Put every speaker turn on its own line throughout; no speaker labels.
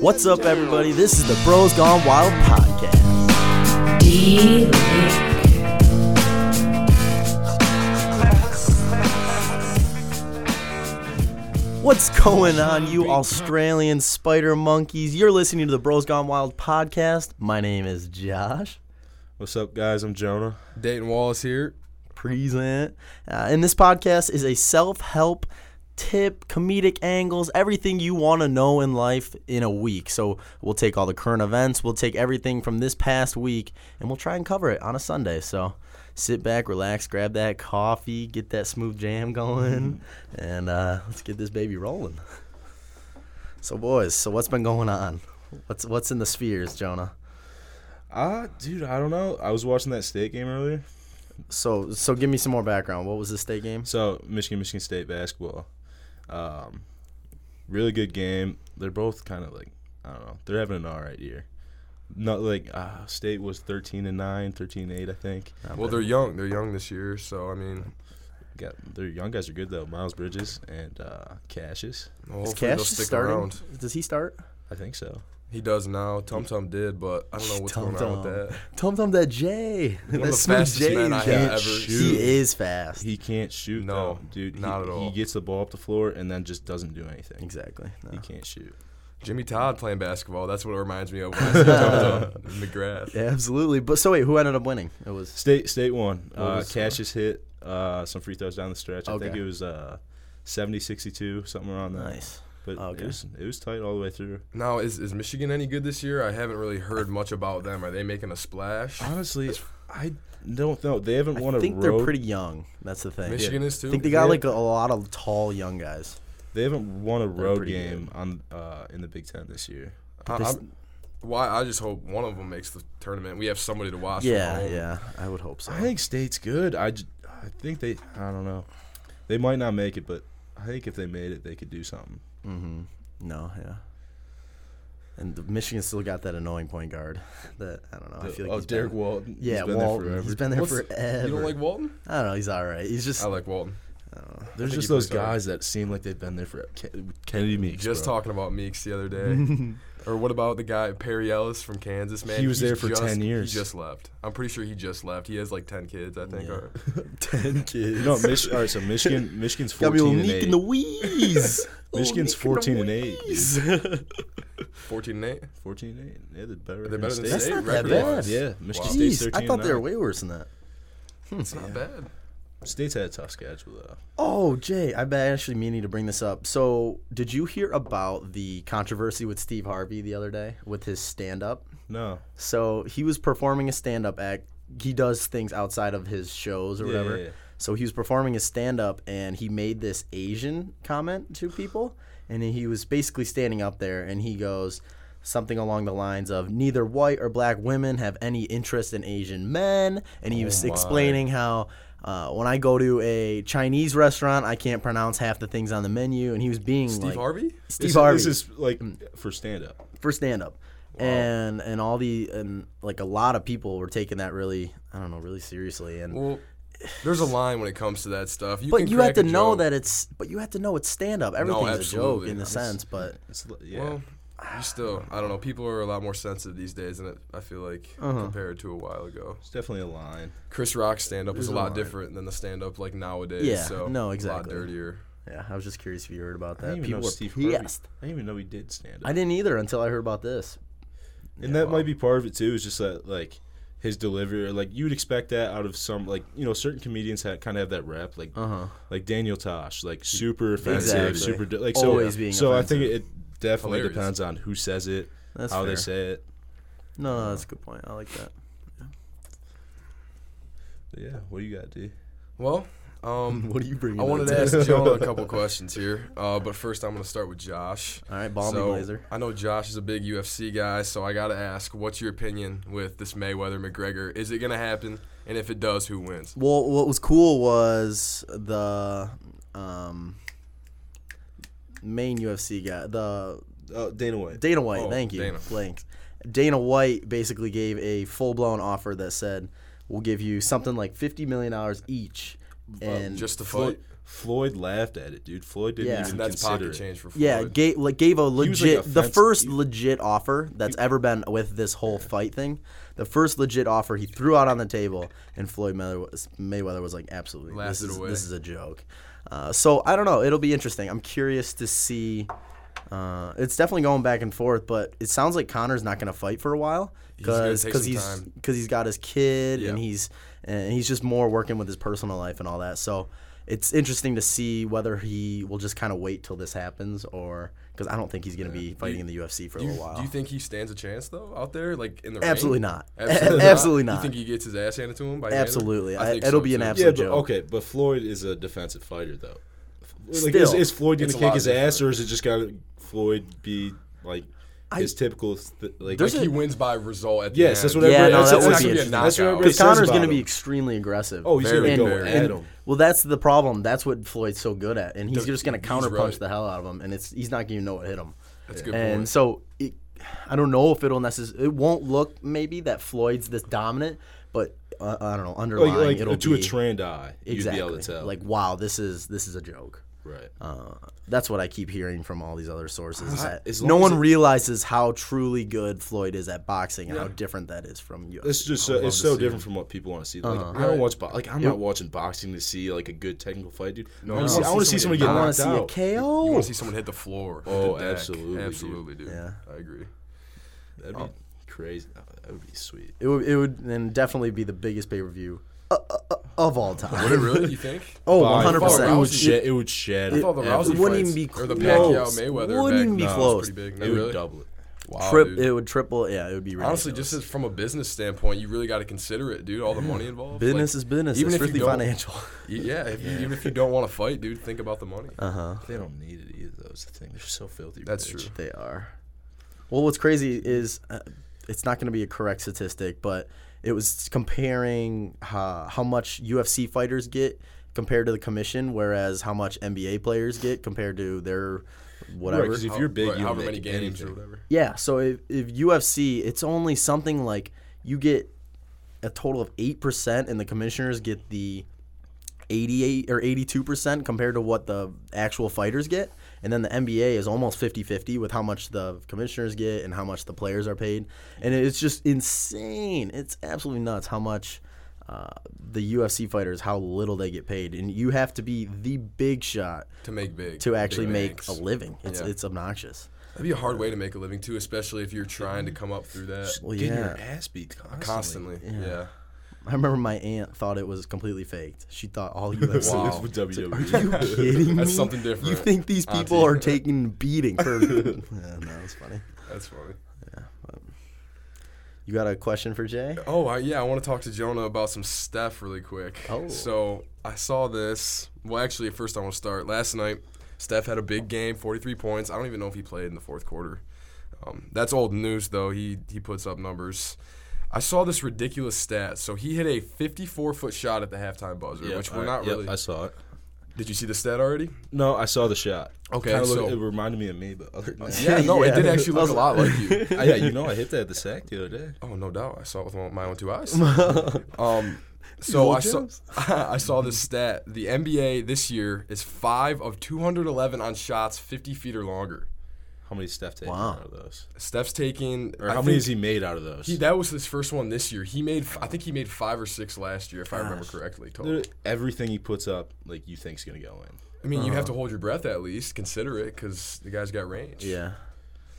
What's up, everybody? This is the Bros Gone Wild podcast. What's going on, you Australian spider monkeys? You're listening to the Bros Gone Wild podcast. My name is Josh.
What's up, guys? I'm Jonah.
Dayton Wallace here.
present. Uh, and this podcast is a self help tip, comedic angles, everything you want to know in life in a week. So we'll take all the current events, we'll take everything from this past week, and we'll try and cover it on a Sunday. So sit back, relax, grab that coffee, get that smooth jam going,
Mm-hmm.
and uh, let's get this baby rolling. So, boys, so what's been going on? What's what's in the spheres, Jonah?
Ah, dude, I don't know. I was watching that state game earlier.
So so give me some more background. What was the state game?
So Michigan, Michigan State basketball, um, really good game. They're both kind of like I don't know. They're having an all right year. Not like uh, State was 13 and 9, 13 8, I think.
Well, they're young. They're young this year, so I mean,
Got their young guys are good though. Miles Bridges and uh, Cassius,
Is
hopefully
Cash
they'll stick
starting?
around.
Does he start?
I think so.
He does now. Tum Tum did, but I don't know what's going on with that.
Tom Tom, that J. that
One of the
smooth
fastest
J.
men I
he's
have
got.
ever
He
seen.
is fast.
He can't shoot.
No,
though, dude, he-
not at all.
He gets the ball up the floor and then just doesn't do anything.
exactly. no.
He can't shoot.
Jimmy Todd playing basketball. That's what it reminds me of when I see Tum Tum in the grass.
Yeah, absolutely. But so wait, who ended up winning? It was
State State won.
What
Uh,
was, uh,
Cassius hit uh, some free throws down the stretch. I think
Okay.
it was uh, 70-62, something around that.
nice.
But
Okay.
it, was, it was tight all the way through.
Now, is, is Michigan any good this year? I haven't really heard much about them. Are they making a splash?
Honestly, I don't know. They haven't won
I
a
think
road.
they're pretty young. That's the thing.
Michigan is too.
I think they got like a, lot of tall young guys.
They haven't won a road
pretty
game on uh, in the Big Ten this year.
I,
this-
I'm- why? I just hope one of them makes the tournament. We have somebody to watch. from
Yeah,
home.
yeah. I would hope so.
I think State's good. I, j- I think they. I don't know. They might not make it, but I think if they made it, they could do something.
Mm-hmm. No, yeah. And the- Michigan still got that annoying point guard. That I don't know. I feel like
oh,
he's been-
Derek Walton.
Yeah,
he's been
Walton.
there forever.
He's been there
What's-
forever.
You don't like Walton?
I don't know. He's all right. He's just
I like Walton.
There's
think
just
he
those
plays hard.
guys that seem like they've been there forever. Ken- Kennedy Meeks.
Just
bro.
talking about Meeks the other day. or what about the guy Perry Ellis from Kansas, man?
He was
He's
there for
just-
10 years.
He just left. I'm pretty sure he just left. He has like 10 kids, I think.
Yeah.
or-
ten kids.
No, Mich- all right. So Michigan, Michigan's
Got me little
fourteen and
Neek
eight.
in the wheeze. Little
Michigan's
Neek in the
14 and eight, dude.
wheeze.
14 and 8.
fourteen and eight. Yeah, they're better.
They're better than
That's
state.
not that
record-wise.
bad.
Yeah, Michigan
Wow.
State's
Jeez,
thirteen.
I thought they
and
were
nine.
way worse than that.
It's not bad.
State's had a tough schedule though.
Oh, Jay, I've been actually meaning to bring this up. So, did you hear about the controversy with Steve Harvey the other day with his stand up?
No.
So, he was performing a stand up act. He does things outside of his shows or
Yeah,
whatever.
yeah, yeah.
So, he was performing his stand up and he made this Asian comment to people. And he was basically standing up there and he goes, Something along the lines of neither white or black women have any interest in Asian men. And
Oh
he was
my.
explaining. explaining how uh, when I go to a Chinese restaurant, I can't pronounce half the things on the menu, and he was being
Steve
like,
Harvey?
Steve
this,
Harvey Mm.
This is like for stand up.
for stand up. And and all the and like a lot of people were taking that really I don't know really seriously and
Well, there's a line when it comes to that stuff. You
but
can
you have
crack
to
a
know
joke.
that it's but you have to know it's stand up everything's a joke
absolutely.
in a
It's-
sense but
It's li- yeah.
Well, you still, I don't know. People are a lot more sensitive these days, and it, I feel like
Uh-huh.
compared to a while ago.
it's definitely a line.
Chris Rock's stand up was
a
a lot
line.
different than the stand up like nowadays.
Yeah,
so
no,
A lot
exactly.
dirtier.
yeah I was just curious if you heard about
I
that
didn't even
uh, people
know
were
Steve Harvey.
pissed
I didn't even know he did stand
I
up.
didn't either until I heard about this
And that might be part of it too. Is just that like his delivery. Like you'd expect that out of some like you know certain comedians that kind of have that rep. Like
Uh-huh.
uh huh
like Daniel Tosh, like super offensive,
Exactly.
super di- like so,
Always being
So I think
offensive.
it, definitely
Hilarious.
depends on who says it,
That's
how
fair.
they say it.
no no that's a good point I like that
But yeah, what do you got, D?
Well, um,
what do you bring
I wanted to ask Jonah a couple questions here, uh, but first I'm going to start with Josh.
all right bomb me,
So,
blazer
I know Josh is a big UFC guy, so I got to ask, what's your opinion with this Mayweather McGregor? Is it going to happen? And if it does, who wins?
Well, what was cool was the um, main UFC guy, the
Oh, Dana White.
Dana White.
Oh,
thank you,
Dana.
blank. Dana White basically gave a full blown offer that said, "We'll give you something like fifty million dollars each, and
Uh, Just to
Floyd,
fight.
Floyd laughed at it, dude. Floyd didn't
Yeah.
even
And
that's
consider
pocket
it.
change for Floyd.
Yeah, gave, like, gave a
like,
legit
a
the
fence-
first
he-
legit offer that's ever been with this whole fight thing. The first legit offer he threw out on the table, and Floyd Mayweather was, Mayweather was like, "Absolutely, this
Laughed it
is,
away.
this is a joke." Uh, so I don't know. It'll be interesting. I'm curious to see. Uh, it's definitely going back and forth, but it sounds like Connor's not going to fight for a while
gonna
because
take
because
some
he's
time.
because he's got his kid
Yep.
and he's and he's just more working with his personal life and all that. So it's interesting to see whether he will just kind of wait till this happens or because I don't think he's going to be fighting in the UFC for a
Do you,
little while.
do you think he stands a chance though out there, like in the
Absolutely
ring?
not. Absolutely not.
You think he gets his ass handed to him? By
Absolutely.
Hannah?
I- it'll be an
too.
absolute- It's
Yeah, but
a joke.
okay, but Floyd is a defensive fighter though. Like, is,
Still,
is Floyd gonna
it's a
kick
lot
his ass, or is it just gotta Floyd be like his typical th- like?
There's
Like he wins by result at the
Yes,
end.
that's what
Yeah,
everybody.
no,
that's
that
what-
would
that's
be
what-
a
that's what
knockout.
everybody
Because
says
Connor's
about
going to be
him.
extremely aggressive.
Oh, he's
gonna
And-
go
and-
at him.
Well, that's the problem. That's what Floyd's so good at, and he's just going to
he's
counterpunch
right.
the hell out of him, and it's he's not going to know what hit him.
That's a good
and
point.
so it, I don't know if it'll necessarily. It won't look maybe that Floyd's this dominant, but uh, I don't know. Underlying,
like, like
it'll
to
be
a trained eye,
exactly
you'd be able to tell.
like wow, this is this is a joke.
right.
Uh, that's what I keep hearing from all these other sources. Is
I-
that
Ah, as
no
long as
one
it-
realizes how truly good Floyd is at boxing and how
Yeah.
different that is from you.
It's just so,
love
it's
to
so
see
different from what people want to see. Like,
Uh-huh.
I
Right.
don't watch bo- like I'm not watching boxing to see like a good technical fight, dude. I
I
want to see,
wanna
I wanna
see
see somebody
somebody get
get
I want
knocked
to see a
out.
KO.
You want to see someone hit the floor? hit
Oh,
the deck.
absolutely, dude.
absolutely, dude.
Yeah.
I agree.
That'd be crazy. That would be sweet.
It would, it would and definitely be the biggest pay per view uh, uh, uh, of all time.
Would it really? You think?
Oh,
By
100.
far,
percent
It would
Rousey-
shed. It would shed.
I thought the Rousey
It wouldn't
fights,
even be
or the
close.
Pacquiao Mayweather
Wouldn't
back,
even be
no, it was
close.
Pretty big.
It
Really?
would double it.
Wow,
Trip,
dude.
it would triple. Yeah, it would be ridiculous.
Honestly, just as from a business standpoint, you really got to consider it, dude. All the money involved.
business
Like,
is business.
even
it's
if you
strictly
don't-
financial.
y- yeah, if You, even if you don't want to fight, dude, think about the money.
Uh huh.
They don't need it either. Though, is the thing. They're so filthy.
That's
rich.
true.
They are. Well, what's crazy is uh, it's not going to be a correct statistic, but it was comparing uh, how much UFC fighters get compared to the commission, whereas how much NBA players get compared to their
Right,
whatever.
'cause if you're big,
right,
you
however
make
many games or
anything.
whatever.
Yeah, so if, if UFC, it's only something like you get a total of 8%, and the commissioners get the 88 or 82% compared to what the actual fighters get. And then the NBA is almost 50 50 with how much the commissioners get and how much the players are paid. And it's just insane. It's absolutely nuts how much. Uh, the UFC fighters, how little they get paid, and you have to be the big shot
To make big.
to actually
big
make
banks.
a living. It's
Yeah.
it's obnoxious.
That'd be a hard way to make a living too, especially if you're trying to come up through that
Well,
Getting
yeah.
your ass beat constantly.
constantly. Yeah.
I remember my aunt thought it was completely faked. She thought all UFC.
Wow.
Wow. WWE.
Are you kidding
That's
me?
something different.
You think these people
Auntie.
are taking beating for? yeah, no, that's funny.
That's funny.
You got a question for Jay?
Oh, I, yeah, I want to talk to Jonah about some stuff really quick.
Oh.
So I saw this. Well, actually, first I want to start. Last night, Steph had a big game, 43 points. I don't even know if he played in the fourth quarter. Um, that's old news, though. He he puts up numbers. I saw this ridiculous stat. So he hit a 54 foot shot at the halftime buzzer,
Yeah,
which
all
we're
right,
not
yep,
really.
I saw it.
Did you see the stat already?
No, I saw the shot.
Okay,
Kinda
so-
it reminded me of me, but other than that-
Yeah, no,
Yeah.
it did actually
I
look
was
a lot like you.
I- yeah, you know, I hit that at the sack the other day.
Oh, no doubt. I saw it with my- my own two eyes. um, so
old
I saw,
gems.
I saw this stat. The NBA this year is 5 of 211 on shots 50 feet or longer.
How many Steph taken
Wow.
out of those?
Steph's taking.
Or how
I
many
think
has he made out of those?
he- that was his first one this year. He made, f- I think he made five or six last year, if I remember correctly. Total.
There- Oh, Everything he puts up, like you think's gonna go in.
I mean, you have
Uh-huh.
to hold your breath at least, consider it, because the guy's got range.
Yeah,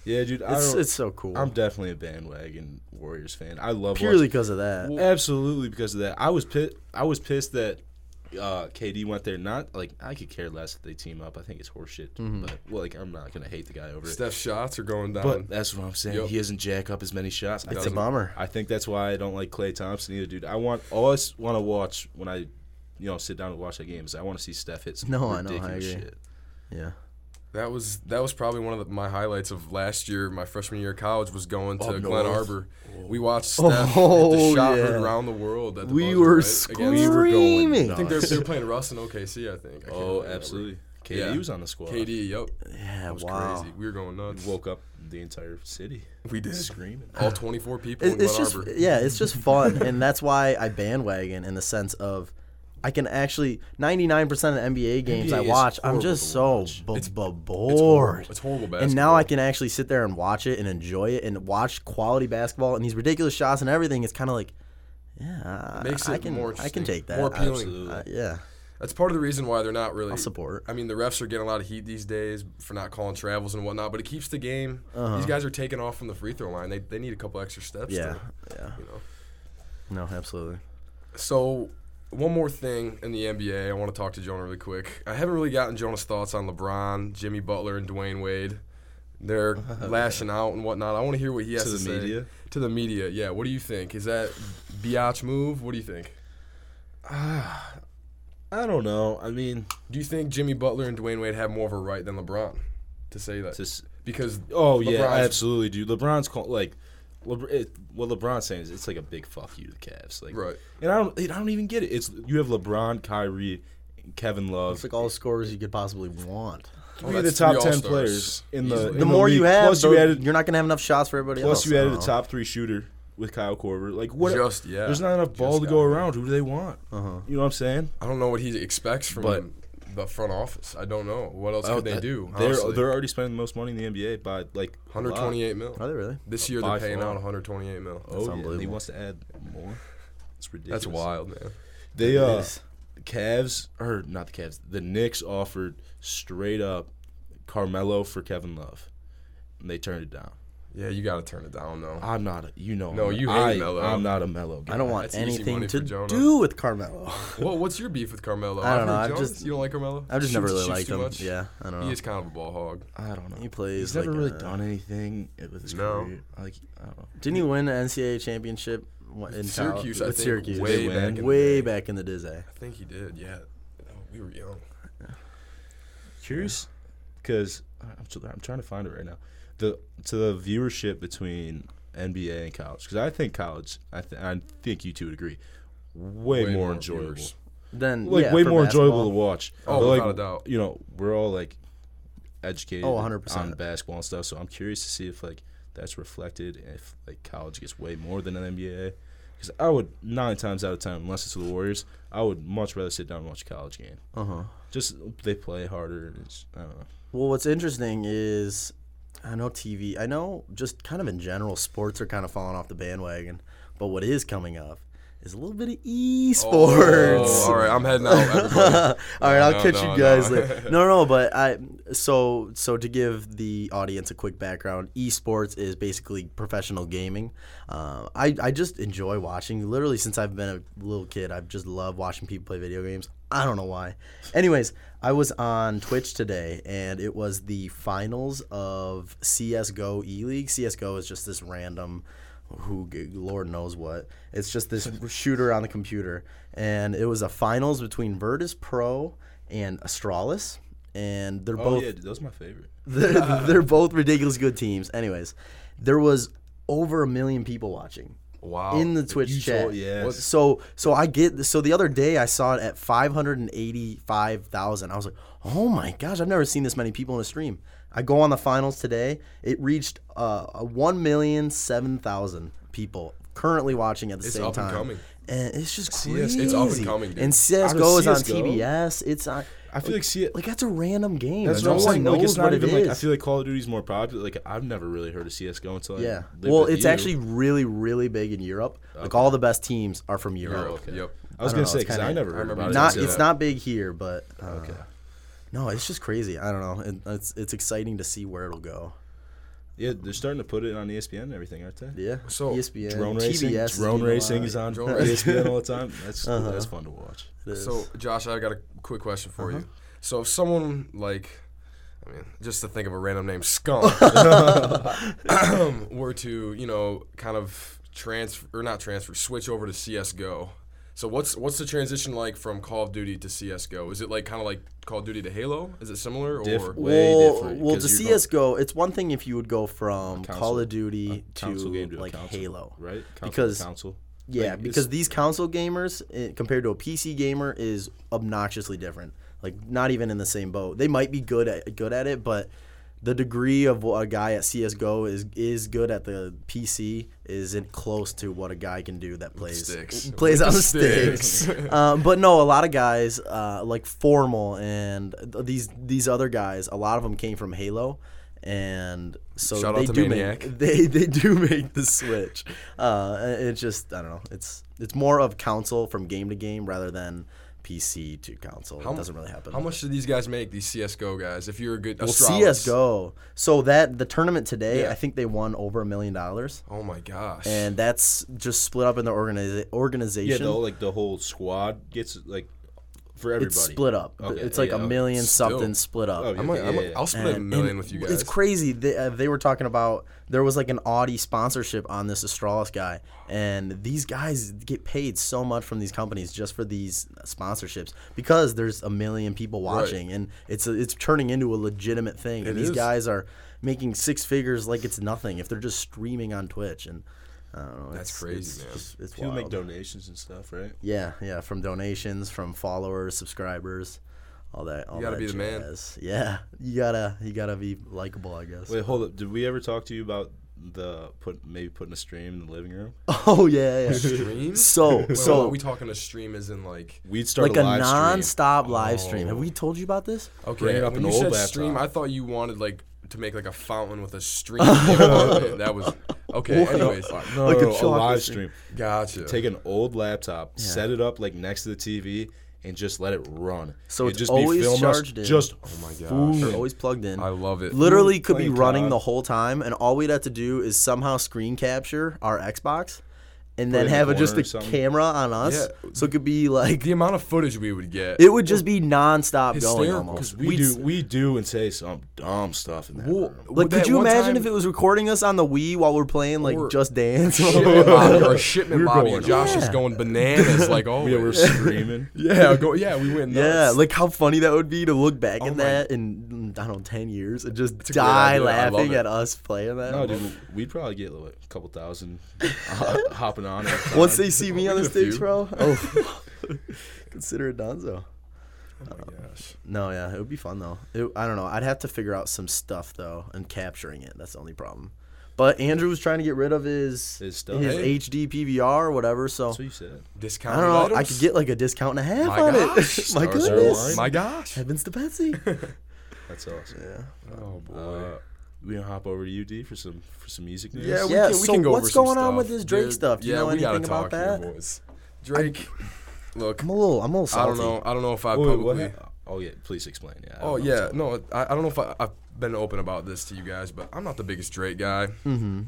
Yeah, dude. I
it's
don't,
it's so cool.
I'm definitely a bandwagon Warriors fan. I love
Purely
watching-
because of that.
absolutely because of that. I was pit. I was pissed that uh, KD went there. Not like I could care less if they team up. I think it's horseshit.
Mm-hmm.
But well, like I'm not gonna hate the guy over it.
Steph's shots are going down.
But that's what I'm saying.
Yep.
He doesn't jack up as many shots.
it's a
Doesn't-
bummer.
Um, I think that's why I don't like Clay Thompson either, dude. I want all I want to watch when I, you know, sit down and watch that game is I want to see Steph hit some
No, I know, I
ridiculous
agree.
shit.
Yeah,
That was that was probably one of the, my highlights of last year, my freshman year of college, was going to
Up
Glen
north. Oh.
Arbor. We watched Steph hit
Oh,
the shot
yeah.
heard around the world. At the
we
buzzer,
were
right? Against-
screaming.
nuts.
I think they're, they're playing Russ and OKC. I think. I can't
Oh,
remember.
absolutely. KD
Yeah.
was on the squad.
KD, yep.
yeah,
That was
wow.
crazy. We were going nuts.
woke up the entire city
we did.
screaming.
All 24 people
It,
in
it's
Glen
just
Arbor.
yeah, it's just fun, and that's why I bandwagon in the sense of I can actually 99% of NBA games
NBA
I
is
watch, I'm
horrible
just
to
so
watch.
b- b-
It's
bored.
horrible, it's horrible basketball.
And now I can actually sit there and watch it and enjoy it and watch quality basketball and these ridiculous shots and everything. It's kind of like, yeah,
Makes
I
it
can,
more
I can
interesting,
take that.
more
I-
appealing.
Absolutely.
I- yeah,
That's part of the reason why they're not really.
I'll support.
I mean, the refs are getting a lot of heat these days for not calling travels and whatnot, but it keeps the game. These guys are taking off from the free throw line. They, they need a couple extra steps.
Uh-huh. Yeah,
to-
yeah.
you know.
No, absolutely.
So, one more thing in the NBA, I want to talk to Jonah really quick. I haven't really gotten Jonah's thoughts on LeBron, Jimmy Butler, and Dwayne Wade. They're lashing out and whatnot. I want to hear what he has
To
to,
the
say.
media?
To the media, yeah. What do you think? Is that biatch move? What do you think?
I don't know. I mean,
Do you think Jimmy Butler and Dwayne Wade have more of a right than LeBron to say that?
it's just
because
oh yeah,
LeBron's-
absolutely, dude. LeBron's call, like, Lebr- it, what LeBron's saying is it's like a big fuck you to the Cavs, like,
Right.
And I don't, I don't even get it. It's you have LeBron, Kyrie, Kevin
It's
Love,
like all the scores you could possibly want.
three of the
that's
top
three
ten
All-Stars.
players in the.
Easily.
in
The more
league.
you have,
plus you
the-
added
you're not gonna have enough shots for everybody else.
Plus, you added
I
a
don't
top three shooter with Kyle Korver. Like, what?
Just, yeah.
There's not enough
Just
ball to
got
go
it.
around. Who do they want?
Uh-huh.
You know what I'm saying?
I don't know what he expects from
But- Oh,
the front office. I don't know what else could they
That-
do.
They're
honestly?
they're already spending the most money in the NBA by like a lot.
128 mil.
know. Are they really?
This year
By
they're paying
far.
out 128 mil.
Oh, yeah, and he
unbelievable.
wants to add more. It's ridiculous.
That's wild, man.
They
It
uh,
is.
Cavs or not the Cavs. The Knicks offered straight up Carmelo for Kevin Love, and they turned it down.
Yeah, you got to turn it down though.
I'm not. A, you know.
No,
I'm,
you hate
I,
Melo.
I'm not a Mellow. Guy.
I don't want
That's easy
anything
money
to
for Jonah.
do with Carmelo.
well, what's your beef with Carmelo?
I don't
I've
know,
heard
I've
Jones-
just-
you don't like Carmelo?
I've just
Shoots-
never really
shoots
liked
too
him.
much?
Yeah, I don't know.
He is kind of a ball hog.
I don't know.
He plays
He's never
like
really
a-
done anything with his
No.
career. Like I don't know.
Didn't he win an NCAA championship wa- in
Syracuse,
college?
I
with
think,
Syracuse?
They
way back
win.
in the
way
day.
back in the dizzy.
I think he did. Yeah, Oh, we were young.
curious because I'm, tr- I'm trying to find it right now. The to the viewership between NBA and college because I think college. I th- I think you two would agree. Way,
Way
more,
more
enjoyable.
viewers.
Then
Like
yeah,
way
for
more enjoyable to
basketball.
watch.
Oh,
But, like,
without a doubt.
You know, we're all like educated
Oh, 100%.
on basketball and stuff. So I'm curious to see if like that's reflected and if like college gets way more than an NBA. Because I would nine times out of ten, unless it's the Warriors, I would much rather sit down and watch a college game.
Uh-huh.
Just they play harder. And it's, I don't know.
Well, what's interesting is I know TV, I know just kind of in general, sports are kind of falling off the bandwagon. But what is coming up is a little bit of esports.
Oh, all right, I'm heading out. everybody.
All right,
No,
I'll
no,
catch
no,
you guys
no.
later. No, no, but I so so to give the audience a quick background, esports is basically professional gaming. Uh, I I just enjoy watching. Literally since I've been a little kid, I've just loved watching people play video games. I don't know why. Anyways, I was on Twitch today and it was the finals of CS:GO E League. CS:GO is just this random who g- Lord knows what. It's just this shooter on the computer, and it was a finals between Virtus Pro and Astralis, and they're
Oh
both
yeah, dude, that was my favorite.
Uh,
they're, they're both ridiculous good teams. Anyways, there was over a million people watching
wow.
in the Twitch
you
chat.
told- yeah. What-
So so I get so the other day I saw it at five hundred and eighty five thousand. I was like, oh my gosh, I've never seen this many people in a stream. I go on the finals today. It reached uh one million seven thousand people currently watching at the same
up and
time.
coming.
And it's just
CS
crazy.
It's up and coming, dude.
And
Out of
CS:GO is on
CS:GO?
TBS. It's on.
I feel like see it.
Like that's a random game.
That's
no
what I'm
one
saying.
knows
Like it's not
what it
even like I
is.
feel like Call of Duty's more popular. Like I've never really heard of CS:GO until I
Yeah.
lived
Well,
with
it's
you.
actually really, really big in Europe. Like all the best teams are from Europe.
Europe.
I
Yep.
was
I don't
gonna
know,
say
it's
because
kinda-
I never
I
heard
remember
about
you
it.
Not,
Yeah.
until-
it's not big here, but uh,
Okay.
no, it's just crazy. I don't know. It, it's it's exciting to see where it'll go.
Yeah, they're starting to put it on E ESPN and everything, aren't they?
Yeah.
So,
ESPN,
Drone
TBS
racing,
is
drone
doing a
racing
lot. Uh-huh.
is on E
Drone
ESPN all the time. That's that's fun to watch.
It is. Uh-huh.
So, Josh, I got a quick question for you. So, if someone like, I mean, just to think of a random name, Skunk, were to, you know, kind of transfer or not transfer, switch over to CS:GO. So, what's what's the transition like from Call of Duty to CS:GO? Is it like kind of like Call of Duty to Halo? Is it similar or
Diff- way
well,
different,
well,
'cause
to
you're
CS:GO, it's one thing if you would go from Call
console-
of Duty
Console
to,
game to a
like
console,
Halo,
right? Console to
because
console.
Yeah,
Like, it's-
because these console gamers eh, compared to a PC gamer is obnoxiously different. Like not even in the same boat. They might be good at good at it, but the degree of what a guy at CS:GO is is good at the PC isn't close to what a guy can do that plays
sticks.
plays
With
on
the
sticks.
sticks.
um, but no, a lot of guys uh, like Formal and th- these these other guys. A lot of them came from Halo, and so
Shout out
they
to
do
Maniac.
make they they do make the switch. Uh, it's just I don't know. It's it's more of console from game to game rather than PC to console.
How
it
mu-
doesn't really happen.
How much do these guys make? These CS:GO guys. If you're a good
Well,
astrologist.
CS:GO. So that the tournament today,
Yeah.
I think they won over a million dollars,
Oh my gosh.
and that's just split up in the organiza-
Yeah,
organization.
though, like the whole squad gets like for everybody.
it's split up.
Okay,
it's like
yeah,
a
okay.
million
Still.
something split up.
Oh,
I might, I
Yeah,
might,
yeah, yeah.
I'll split a
And-
million
and
with you guys.
w- It's crazy. They, uh, they were talking about there was like an Audi sponsorship on this Astralis guy, and these guys get paid so much from these companies just for these sponsorships because there's a million people watching, and it's a, it's turning into a legitimate thing. and
It
these
is.
guys are making six figures like it's nothing if they're just streaming on Twitch, and I don't know.
That's
it's-
crazy,
it's,
man.
It's, it's
People
wild.
make donations and stuff, right?
Yeah, yeah, from donations, from followers, subscribers, all that. All
gotta
that
be the man.
jazz. Yeah, you gotta you gotta be likable, I guess.
Wait, hold up. Did we ever talk to you about the put maybe putting a stream in the living room?
Oh yeah, yeah.
Stream?
So-
Wait,
so-
are we talking a stream as in like
We'd start
like
a
a
live stream.
non-stop live stream. Have
Oh.
we told you about this?
okay?
Bring it up
when
an
you
old
said
laptop.
stream, I thought you wanted like to make like a fountain with a stream. above it. that was okay. Anyways,
No,
Like
no,
a
no, a,
chocolate
live
stream.
stream.
gotcha.
Take an old laptop, set it up like next to the TV, and just let it run.
So
It'd
it's
just
always
be film us
charged in.
Just
oh my
Ooh,
gosh,
always plugged in.
I love it.
Literally could be
Playing
running
COD.
the whole time, and all we'd have to do is somehow screen capture our Xbox, and
it
then
in the
have a, just a
corner or something.
camera on us.
Yeah.
So it could be like
the amount of footage we would get.
it would just be non-stop going
Hysterical,
almost.
'cause
we
We'd
do we do and say some dumb stuff in that
Well,
room.
Like,
that
could you
one
imagine
time-
if it was recording us on the Wii while we're playing like
Or-
Just Dance?
shipment lobby or a shipment
We were
lobby,
going
and Josh is
Yeah.
going bananas like oh
Yeah, we're screaming.
yeah, go, yeah, we went
yeah,
nuts.
like how funny that would be to look back at
Oh my-
that in mm, I don't know ten years and just
a great
die
idea. I love
laughing
it.
at us playing that.
No, dude, we'd probably get like, a couple thousand uh, ho- hopping on. at a time.
Once they see me on the
Only a
stage,
few.
bro, oh, consider it Donzo.
oh my gosh.
No, yeah, it would be fun though. It, I don't know. I'd have to figure out some stuff though and capturing it. That's the only problem. But Andrew was trying to get rid of his
His stuff.
Hey.
HD PVR or whatever. So
that's what you said.
Discount.
I don't know. I could get like a discount and a half
My
on
gosh,
it. My
stars are
goodness.
aligned.
My gosh.
Heavens to Betsy.
That's awesome.
yeah.
Oh boy.
Uh, we gonna hop over to UD for some for some music news.
Yeah, we
Yeah,
can, we
so
can go
what's
over some
going on
stuff.
with this Drake
Dude,
stuff? Do you
yeah,
know
we gotta
anything about
talk here,
that?
boys. Drake, look,
I'm a little. I'm a little
I
salty.
don't know. I don't know if I
Oh, wait,
publicly.
what hap- oh yeah, please explain. Yeah. I
Oh
don't know what's
yeah,
going on.
no, I, I don't know if I, I've been open about this to you guys, but I'm not the biggest Drake guy. Mm-hmm.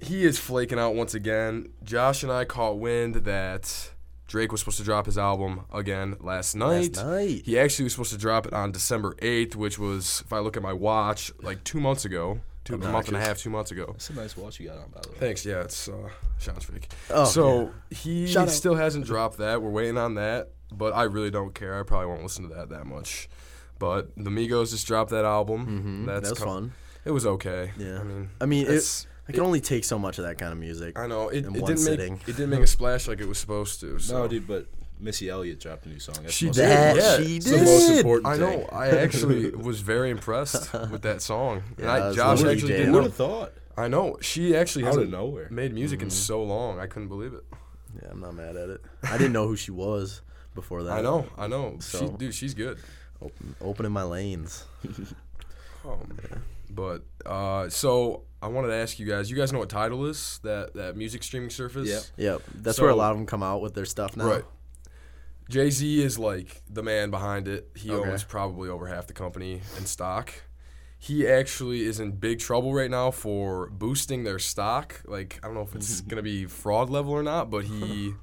He is flaking out once again. Josh and I caught wind that Drake was supposed to drop his album again last night.
night.
He actually was supposed to drop it on December 8th, which was, if I look at my watch, like two months ago, two, a month and a half, two months ago.
That's a nice watch you got on, by the way.
Thanks. Yeah, it's uh, Sean's freak.
Oh,
so he
Shout out.
still hasn't dropped that. We're waiting on that, but I really don't care. I probably won't listen to that that much. But the Migos just dropped that album. That's
That's
co-
Mm-hmm. fun.
It was okay.
Yeah.
I mean,
I mean, it,
it's-
I can only take so much of that kind of music.
I know it, it
In
didn't
one
make
sitting.
it didn't make a splash like it was supposed to. So.
No, dude, but Missy Elliott dropped a new song. That's
She
the most-
did.
That
yeah,
she
it's the most
did.
important
I
thing.
know. I actually was very impressed with that song. and
Yeah, it
I,
was
Josh
literally
actually
jam.
didn't
Who would
know.
have thought?
I know. She actually
Out of
hasn't
nowhere.
made music
Mm-hmm.
in so long. I couldn't believe it.
Yeah, I'm not mad at it. I didn't know who she was before that.
I know. I know. She,
So-
dude, she's good.
Open, opening my lanes.
Um, but uh, so I wanted to ask you guys. You guys know what Tidal is? That that music streaming service.
Yep.
Yep. That's where a
So-
lot of them come out with their stuff now.
Right. Jay Z is like the man behind it. He
Okay.
owns probably over half the company in stock. He actually is in big trouble right now for boosting their stock. Like I don't know if it's gonna be fraud level or not, but he,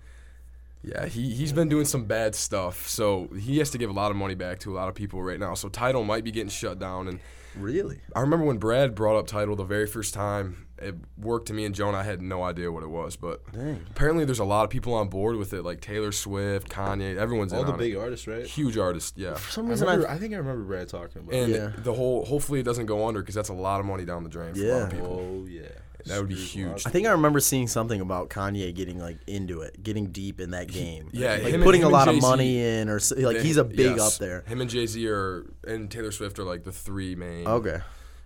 yeah, he he's been doing some bad stuff. So he has to give a lot of money back to a lot of people right now. So Tidal might be getting shut down, and
Really?
I remember when Brad brought up title the very first time. It worked to me and Joan. I had no idea what it was, but
Dang.
apparently there's a lot of people on board with it, like Taylor Swift, Kanye. Everyone's
All
in
the
on
big
it.
artists, right?
huge artist. Yeah,
For some
I,
reason, I,
remember- I think I remember Brad talking about.
and
it.
Yeah.
the whole. Hopefully it doesn't go under because that's a lot of money down the drain for a lot
Yeah.
of people.
Oh yeah,
That would be
Screws a lot of
huge.
I think I remember seeing something about Kanye getting like into it, getting deep in that game.
yeah,
like
him and-
putting
him
a
and
lot of
Jay-Z,
money in, or s- like
they-
he's a big
yes.
up there.
Him and Jay Z are and Taylor Swift are like the three main.
Okay.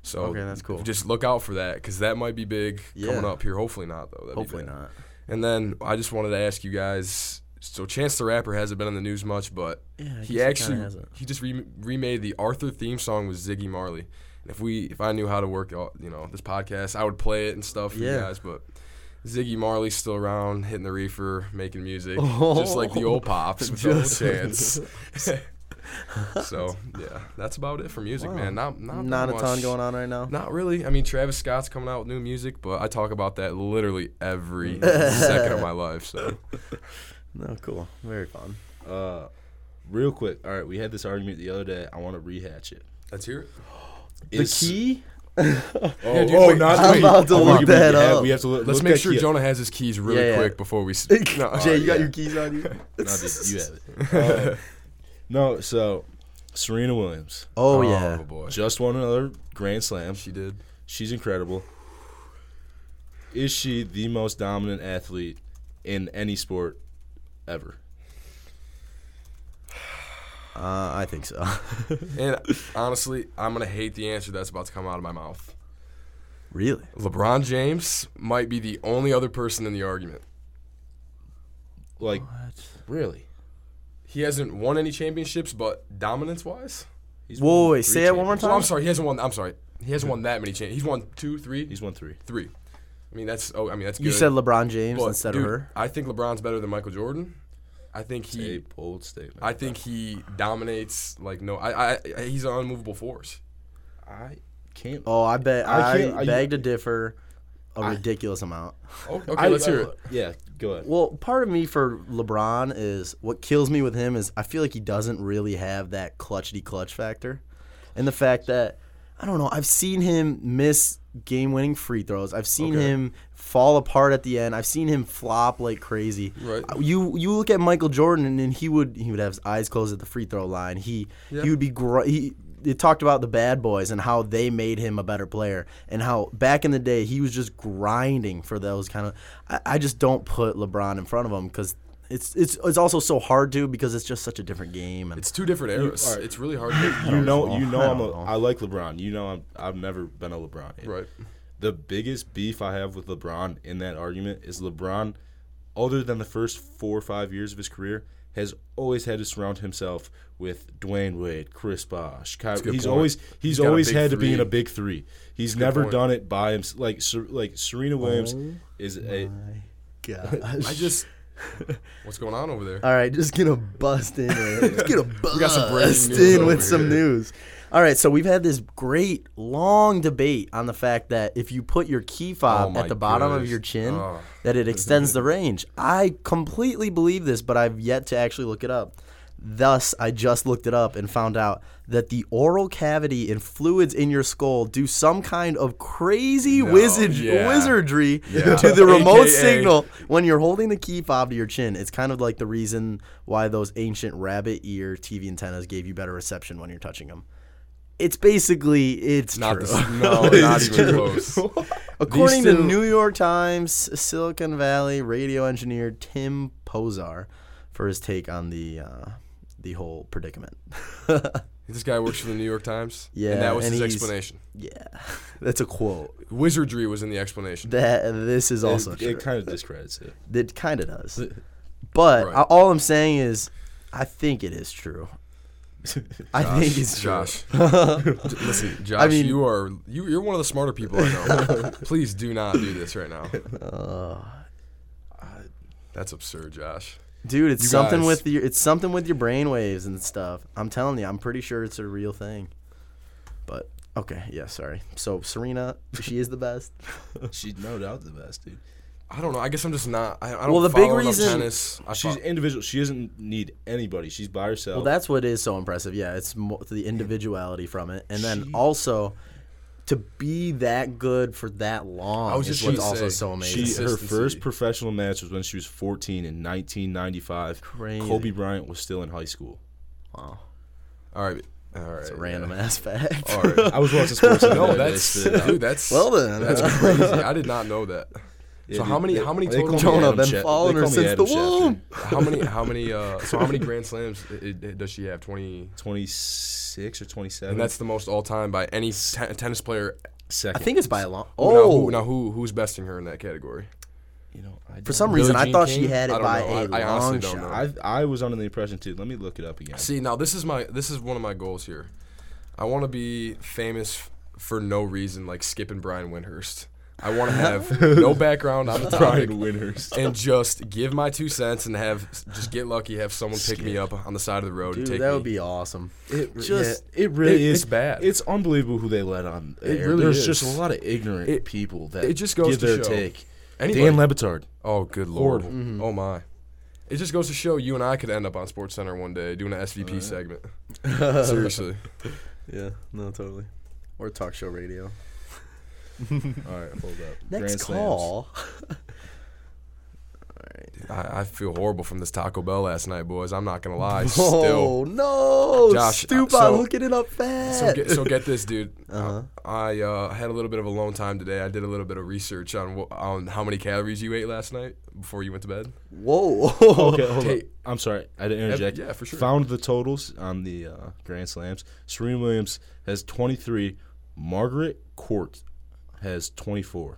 So
Okay, that's cool.
Just look out for that because that might be big coming
Yeah.
up here. Hopefully not though. That'd be
Hopefully
bad.
not.
And then I just wanted to ask you guys. So Chance the Rapper hasn't been in the news much, but
Yeah, I guess
he
he
actually
kinda hasn't.
he just re- remade the Arthur theme song with Ziggy Marley. And if we if I knew how to work all- you know this podcast, I would play it and stuff for you
Yeah.
guys. But Ziggy Marley's still around, hitting the reefer, making music, just like the
Oh.
old pops with the old
Just-
Chance. so yeah, that's about it for music,
Wow.
man. Not not, that
Not a ton
much.
going on right now.
Not really. I mean, Travis Scott's coming out with new music, but I talk about that literally every second of my life. So
No, cool. Very fun.
Uh, real quick. All right, we had this argument the other day. I want to rehatch it.
let's hear it.
The
Is-
key?
Oh,
Yeah, dude,
oh,
wait,
not
I'm
wait.
about to
Oh,
look
we- we
that uh,
have-
up.
We have to look,
Let's
look
make
at
sure
Kia.
Jonah has his keys really
Yeah, yeah.
quick before we. s- No, all
Jay,
right,
you got
yeah.
your keys on you?
No, dude, you have it. Uh, no, so Serena Williams
oh, yeah.
boy.
just won another Grand Slam.
She did.
She's incredible. Is she the most dominant athlete in any sport ever?
Uh, I think so.
And honestly, I'm gonna hate the answer that's about to come out of my mouth.
really?
LeBron James might be the only other person in the argument.
Like, really?
He hasn't won any championships, but dominance-wise,
He's
Whoa,
won
wait,
three
say it one more
champions-
well, I'm
time.
sorry, he hasn't won. I'm sorry, he hasn't won that many championships. He's won two, three,
He's won three.
three. I mean, that's oh, I mean that's good.
You said LeBron James
But,
instead
dude,
of her.
I think LeBron's better than Michael Jordan. I think
It's a
he.
bold statement.
I think he dominates like no. I, I, I he's an unmovable force.
I can't.
Oh, I bet.
I
I,
can't- I-
beg to differ a ridiculous amount.
Oh, Okay,
I-
let's
I-
hear it.
Yeah, go ahead.
Well, part of me for LeBron is what kills me with him is I feel like he doesn't really have that clutchity clutch factor. And the fact that I don't know, I've seen him miss game winning free throws. I've seen
Okay.
him fall apart at the end. I've seen him flop like crazy.
Right.
You you look at Michael Jordan and, then he would he would have his eyes closed at the free throw line. He
Yeah.
he would be gr- he it talked about the bad boys and how they made him a better player and how back in the day he was just grinding for those kind of I, I just don't put LeBron in front of him cuz it's it's it's also so hard to because it's just such a different game and
It's two different eras.
all right.
It's really hard. to
You
don't
know,
know.
you know,
I
I'm a.
don't know.
I like LeBron. You know, I'm. I've never been a LeBron. Hater.
Right.
The biggest beef I have with LeBron in that argument is LeBron, other than the first four or five years of his career, has always had to surround himself with Dwayne Wade, Chris Bosh, Kyrie.
a good
He's
point.
always
He's
he's,
got a
always
big
had to be in
three.
a big three. He's
good
never
point.
done it by himself. Like Ser- like Serena Williams
Oh
is a
gosh.
I just. What's going on over there?
All right, just gonna bust in. here. Just gonna bust
got some breaking news
in
over
with some
here.
news. All right, so we've had this great long debate on the fact that if you put your key fob
Oh my
at the bottom
goodness.
of your chin,
Oh.
that it extends the range. I completely believe this, but I've yet to actually look it up. Thus, I just looked it up and found out that the oral cavity and fluids in your skull do some kind of crazy wizard-
yeah.
wizardry
Yeah.
to the remote
AKA.
signal when you're holding the key fob to your chin, it's kind of like the reason why those ancient rabbit ear TV antennas gave you better reception when you're touching them. It's basically it's
Not
true.
this. No, not even close.
According to
two-
New York Times, Silicon Valley radio engineer Tim Posar for his take on the uh, the whole predicament.
This guy works for the New York Times.
Yeah,
And that was
and
his
he's-
explanation.
yeah, that's a quote.
Wizardry was in the explanation.
That this is also
it,
true.
it kind of discredits it.
It kind of does. But
Right.
I- all I'm saying is, I think it is true. I think it's true.
Josh, J- listen, Josh,
mean-
you are you, you're one of the smarter people I know. Please do not do this right now. That's absurd, Josh.
Dude, it's
You
something
guys-
with your it's something with your brainwaves and stuff. I'm telling you, I'm pretty sure it's a real thing. But okay, yeah, sorry. So Serena, she is the best.
She's no doubt the best, dude.
I don't know. I guess I'm just not. I, I don't.
Well, the big
follow enough
reason-
tennis. I
She's
fo-
individual. She doesn't need anybody. She's by herself.
Well, that's what is so impressive. Yeah, it's mo- the individuality from it, and then
She-
also to be that good for that long
I was
is
just
what's
gonna
also
say,
so amazing.
She her
Consistency.
first professional match was when she was 14 in 1995.
Crazy.
Kobe Bryant was still in high school.
wow,
all right. All right.
it's a random ass fact.
All right.
I was watching sports. the
No,
other day,
that's
so-
dude. That's
well then,
That's crazy. I did not know that. So how many- how many
they
total-
call me
Jonah,
Adam
been
Sha- they
following her
call me
since
Adam
the
Schefter.
womb.
How many? How many? Uh, so how many Grand Slams i i does she have? Twenty.
26 or 27.
And that's the most all time by any te- tennis player.
I
second.
think it's by a long.
Ooh, now
Oh,
who, now who who's besting her in that category?
you know, I
for
don't-
some reason
Billie
I
Jean
thought she
King?
had
I
it
don't
by
know.
a
I- I honestly
long
don't
shot.
know.
I've, I was under the impression too. Let me look it up again.
See, now this is my this is one of my goals here. I want to be famous f- for no reason, like Skip and Brian Windhurst. I want to have no background on the topic
Brian Winters.
and just give my two cents and have just get lucky, have someone pick me up on the side of the road
Dude,
and take
that
me.
would be awesome.
It
just-
just it really
it-
is
it's bad.
It's unbelievable who they let on.
It
air.
really
There's
is.
just a lot of ignorant
It-
people that
it just goes
give
to
their
show.
take.
Anybody.
Dan Lebitard.
oh, good lord!
Horrible.
Oh my! It just goes to show you and I could end up on Sports Center one day doing an SVP segment. Seriously,
Yeah, no, totally. Or talk show radio.
All right, hold up.
Next
Grand slams.
call.
I, I feel horrible from this Taco Bell last night, boys. I'm not gonna lie. Still.
Oh no,
Josh, uh,
Stupa,
so-
looking it up fast.
So get, so get this, dude.
Uh-huh.
I uh, had a little bit of alone time today. I did a little bit of research on wh- on how many calories you ate last night before you went to bed.
Whoa.
Okay, hold
Hey.
up. I'm sorry, I didn't interject.
yeah, for sure.
Found the totals on the uh, Grand Slams. Serena Williams has 23. Margaret Court has 24.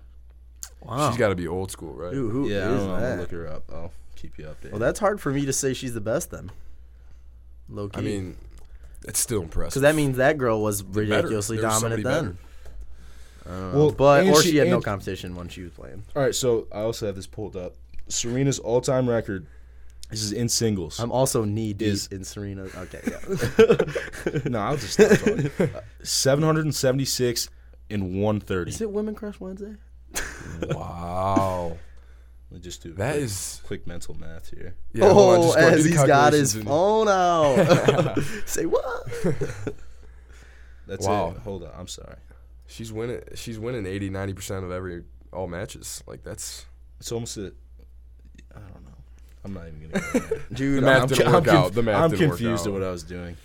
Wow.
She's got to be old school, right?
Dude, who
yeah, I
is
don't know. I'm
that?
gonna look her up. I'll keep you updated.
Well, that's hard for me to say she's the best then. Low key.
I mean, it's still impressive.
because that means that girl was ridiculously
There was
dominant
somebody
then.
Well,
But
Um, and
or she, had no
and-
competition when she was playing.
All right, so I also have this pulled up. Serena's all-time record. This is in singles.
I'm also knee deep
Is-
in Serena. Okay, yeah.
no, I'll just stop talking. Seven hundred and seventy-six and one thirty.
is it Women Crush Wednesday?
Wow,
Just do
that
quick,
is.
quick mental math here.
Yeah, hold on,
oh,
just go- do
as
the
he's got
calculations
his
and-
phone out. Say what?
That's
Wow.
it. Hold on, I'm sorry.
She's winning. She's winning 80, 90 percent of every all matches. Like that's
It's almost a. I don't know. I'm not even gonna. Go there.
Dude,
The math
I'm-
didn't work out. The math
I'm
didn't work
confused
out.
at what I was doing.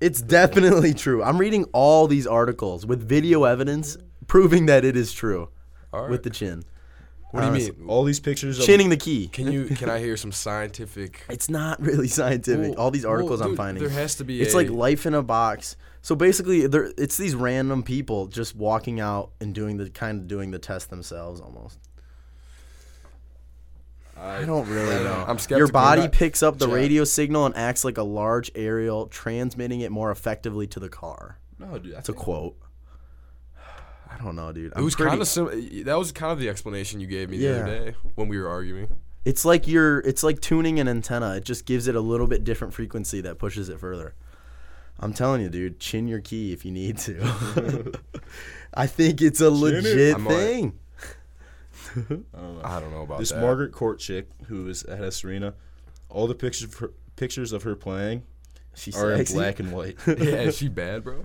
It's definitely true. I'm reading all these articles with video evidence proving that it is true
all right.
with the chin.
what do you
honest-
mean?
All these pictures. of-
Chinning the key.
Can you? Can I hear some scientific?
It's not really scientific.
Well,
all these
well,
articles I'm
dude,
finding.
There has to be.
It's
a-
like life in a box. So basically, there it's these random people just walking out and doing the kind of doing the test themselves almost. I don't really
I
know.
know. I'm
Your
skeptical.
body
You're not-
picks up the
Jack.
radio signal and acts like a large aerial, transmitting it more effectively to the car.
No, dude. I
It's a
think,
quote. I don't know, dude.
It
I'm
was
pretty-
kind of sim- that was kind of the explanation you gave me the
Yeah.
other day when we were arguing.
It's like you're it's like tuning an antenna. It just gives it a little bit different frequency that pushes it further. I'm telling you, dude, chin your key if you need to. I think it's a legit
I'm all right.
thing.
I don't know.
I don't know about
this
that.
Margaret Court chick who is ahead of Serena. All the pictures of her, pictures of her playing
She's
are
sexy.
in black and white.
yeah, is she bad, bro?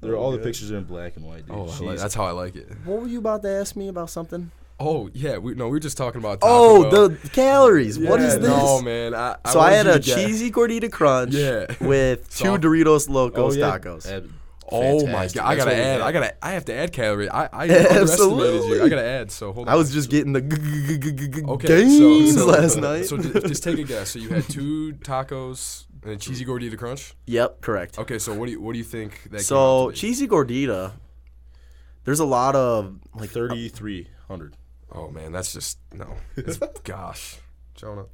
They're all the pictures are in black and white, dude.
Oh, I like,
She's-
that's how I like it.
What were you about to ask me about something?
Oh yeah, we no, we were just talking about. Taco
Oh,
Bell.
the calories. what
Yeah,
is this?
No, man. I,
so I,
wanted
had
you
a
to get-
cheesy gordita crunch
Yeah.
with two
Soft.
Doritos Locos
Oh, yeah.
tacos.
Ab-
Oh
fantastic.
my god! I
That's
gotta
what we
add.
had.
I gotta. I have to add calorie. I, I underestimated you.
Absolutely.
I gotta add. So hold on.
I was just getting the g- g- g- g- g-
okay.
gains
so, so,
last night.
So ju- just take a guess. So you had two tacos and a cheesy gordita crunch.
yep, correct.
Okay. So what do you what do you think that?
So
came out to be?
cheesy gordita. There's a lot of like
Thirty-three hundred.
Oh man, that's just no. It's, gosh, Jonah.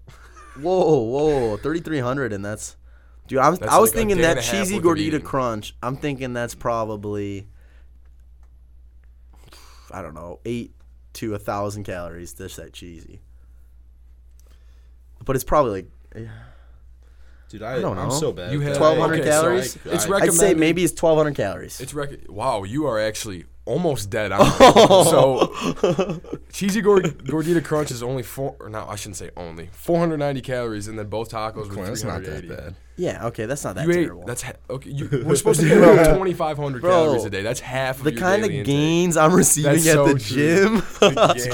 whoa whoa 3300 and that's dude I was,
That's
I was
like a
thinking
day and
that
a half
cheesy
worth of
gordita
eating.
crunch I'm thinking that's probably I don't know eight to a thousand calories just that cheesy but it's probably like
Dude, I,
don't
I'm
know.
so bad.
You
at
had
that.
1200
okay, so
calories?
I-
it's
I-
rec-
I'd say
Recommended-
maybe it's 1200 calories
It's rec- wow, you are actually almost dead on. so cheesy gord- gordita crunch is only four. Or no, I shouldn't say only 490 calories, and then both tacos were
Well, that's not
380.
that bad.
yeah okay that's not that
You
terrible
ate. That's ha- okay. You, we're supposed to eat around 2,500
Bro,
calories a day. That's half of
the
your
kind
daily
of
intake.
gains I'm receiving
That's
at
so
the
true.
gym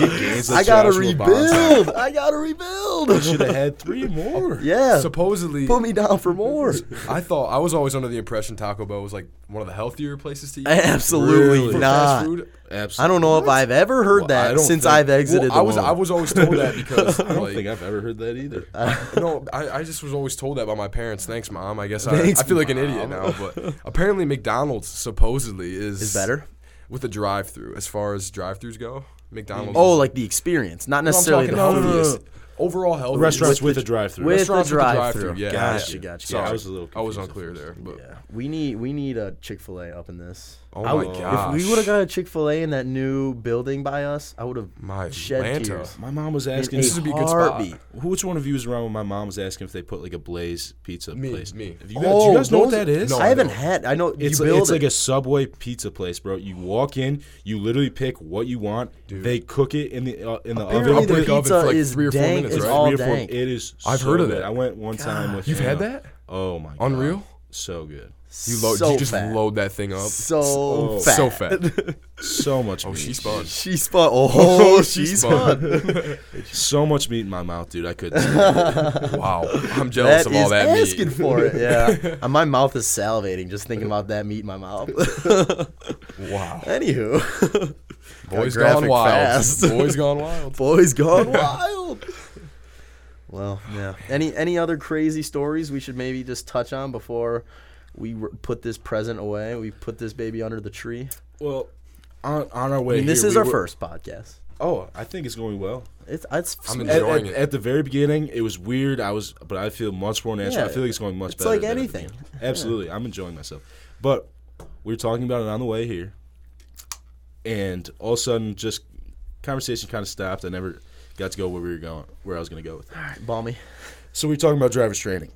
gains
I
that
gotta
Joshua Bonds had.
rebuild I gotta rebuild
Should have had three more.
yeah
Supposedly,
put me down for more
I thought I was always under the impression Taco Bell was like one of the healthier places to eat.
Absolutely
For fast
not.
food,
Absolutely.
I don't know if I've ever heard
Well, I
that
don't
since
think-
I've exited
Well, I
the
was
room.
I was always told that because
I don't
like,
think I've ever heard that either.
no, I, I just was always told that by my parents. Thanks, mom. I guess I,
Thanks,
I feel like an idiot
Mom.
now, but apparently McDonald's supposedly is
is better.
with a drive-through as far as drive-throughs go. McDonald's.
Oh, like the experience, not
No, I'm
necessarily
talking
the
no,
food.
no, no.
healthiest. Overall healthy.
Restaurants with, a drive-through.
with
Restaurant-
the
Restaurants with the
drive-through.
drive-through, yeah.
Gotcha,
Yeah.
gotcha.
Sorry,
Yeah,
gotcha.
I was a little
I was
confused at
unclear
first.
there, but
Yeah, we need we need a Chick Fil A up in this.
Oh
I
my
would-
gosh.
If we would have got a Chick Fil A in that new building by us, I would have
my
shed
Atlanta.
tears.
My mom was asking.
in
this
a
would be a good spot.
heartbeat.
Who- Which one of you was around when my mom was asking if they put like a Blaze pizza
Me,
place?
me.
If you guys, do you guys know what
Oh, those-
that is?
No,
I haven't
no.
had. I know
It's,
you
like,
build
it's
it.
like a Subway pizza place, bro. You walk in, you literally pick what you want. They cook it in the uh, in the
Apparently
oven.
the
Brick oven
pizza
for like
is
three or four
dank.
minutes,
it's
right?
all
Three or four-
dank.
It is.
I've
so
heard of
good.
that.
I went one time with.
You've had
Anna.
that?
Oh my! God.
Unreal.
So good.
You load.
so
you just
fat.
load that thing up.
So
Oh.
fat.
So fat.
So much.
Oh,
meat.
she spun.
She spun. Oh, she
She
spun.
spun.
So much meat in my mouth, dude. I couldn't. stand it.
Wow. I'm jealous
That
of all
is
that meat.
asking for it. Yeah, Uh, my mouth is salivating just thinking about that meat in my mouth.
Wow.
Anywho, Got
Boys gone
graphic
wild.
fast.
Boys gone wild.
boys gone wild. Well, yeah. Any any other crazy stories we should maybe just touch on before we r- put this present away? We put this baby under the tree.
well, on, on our way.
I mean, this
here,
is
we
our
were-
first podcast.
Oh, I think it's going well.
It's it's
I'm
it's
At,
Enjoying
at-
it.
at the very beginning, it was weird. I was, but I feel much more natural. I
Yeah,
feel like it's going much
it's
better.
like
than at the
anything.
beginning. Absolutely, I'm enjoying myself. But we were talking about it on the way here, and all of a sudden, just conversation kind of stopped. I never got to go where we were going, where I was going to go with. It.
balmy.
So we were talking about driver's training.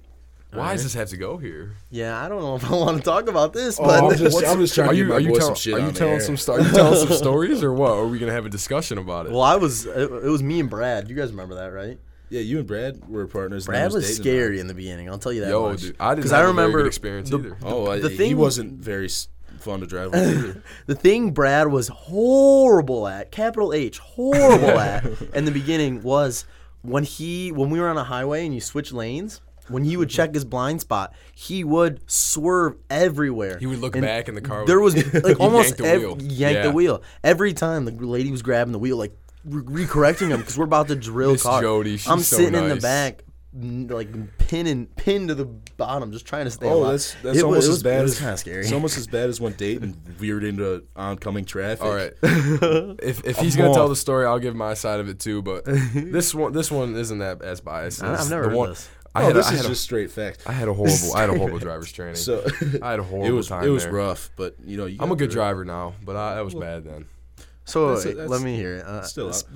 Why does this have to go here?
Yeah, I don't know if I want to talk about this,
Oh.
I'm
but
just- I'm just trying
are
to give
you,
my
are you
boy some
telling,
shit
Are you
on the
telling
air.
some sto- Are you telling some stories or what? Are we gonna have a discussion about it?
well, I was it, it was me and Brad. You guys remember that, right?
Yeah, you and Brad were partners. and I
Brad was
dating
scary in the beginning. I'll tell you that
Yo,
much.
dude, I didn't
'Cause I
have a very
remember
good experience
the-
either.
him. Oh, I,
the
he
thing-
wasn't very s- fun to drive with either.
The thing Brad was horrible at, capital H, horrible at in the beginning was when he when we were on a highway and you switch lanes, when he would check his blind spot, he would swerve everywhere.
He would look
And
back in the car.
There was
would-
like
He
almost
yanked the
ev-
wheel.
he yanked the
Yeah.
wheel. Every time the lady was grabbing the wheel, like re- recorrecting him because we're about to drill
Miss
car.
Jody, she's
I'm
so
sitting in the
nice.
back, n- like pinning, pinned to the bottom, just trying to stay
Oh,
alive.
that's that's
It wa-
almost
it
as
was-
bad
It was
as
kind of scary.
It's almost as bad as when Dayton veered into oncoming traffic.
All right. if if he's gonna
on.
tell the story, I'll give my side of it too. But this one this one isn't that as biased.
I- I've
as
never
the
heard
one-
this.
I
No,
had,
Oh,
a,
this
I,
is
had a,
just straight fact.
I had a horrible I had a horrible driver's training.
So
I had a horrible
it was
time.
it was
there.
rough, but you know you
I'm a
gotta
good
do it.
driver now, but I, that was bad then.
So
That's-
wait,
that's
let me hear it. Uh,
Still up.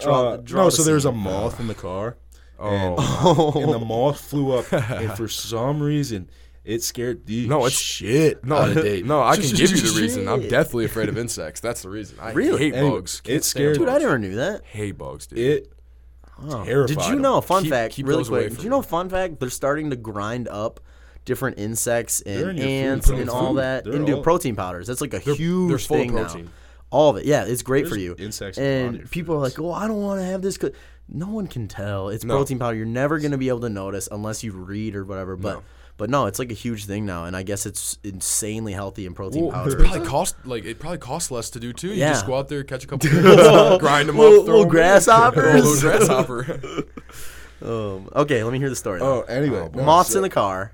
draw-
Uh,
draw
no,
the
so there was a
scene.
moth in the car, and,
Oh
and the moth flew up, and for some reason it scared the
No, it's-
shit
no,
out of Dayton.
no! I can give you the reason. I'm
Shit.
deathly afraid of insects. That's the reason. I
Really?
hate
Anyway,
bugs.
it scared
Dude, I never knew that.
Hate bugs, dude.
it.
Oh. Did
Terrified
you
him.
know? Fun
Keep-
fact,
keep
really
those away
quick.
from
Did you know?
me.
Fun fact: They're starting to grind up different insects
They're
and
in your food,
ants
bro.
and all
Food.
that
They're
into
all-
protein powders. That's like a huge
they're full of
thing
protein.
now. All of it. Yeah, it's great for
There's
you.
insects in a lot of your
and people are
foods.
like, "Oh, I don't want to have this." 'cause-" No one can tell. It's
No.
protein powder. You're never gonna be able to notice unless you read or whatever. But but no, it's like a huge thing now, and I guess it's insanely healthy in protein
Well,
powder.
it probably cost like it probably costs less to do too. You
Yeah.
just go out there, catch a couple, of grind them
Little-
up, throw
little
'em in.
grasshoppers.
little grasshopper.
Um, okay, let me hear the story.
Oh,
though.
anyway, no,
Moths
so-
in the car.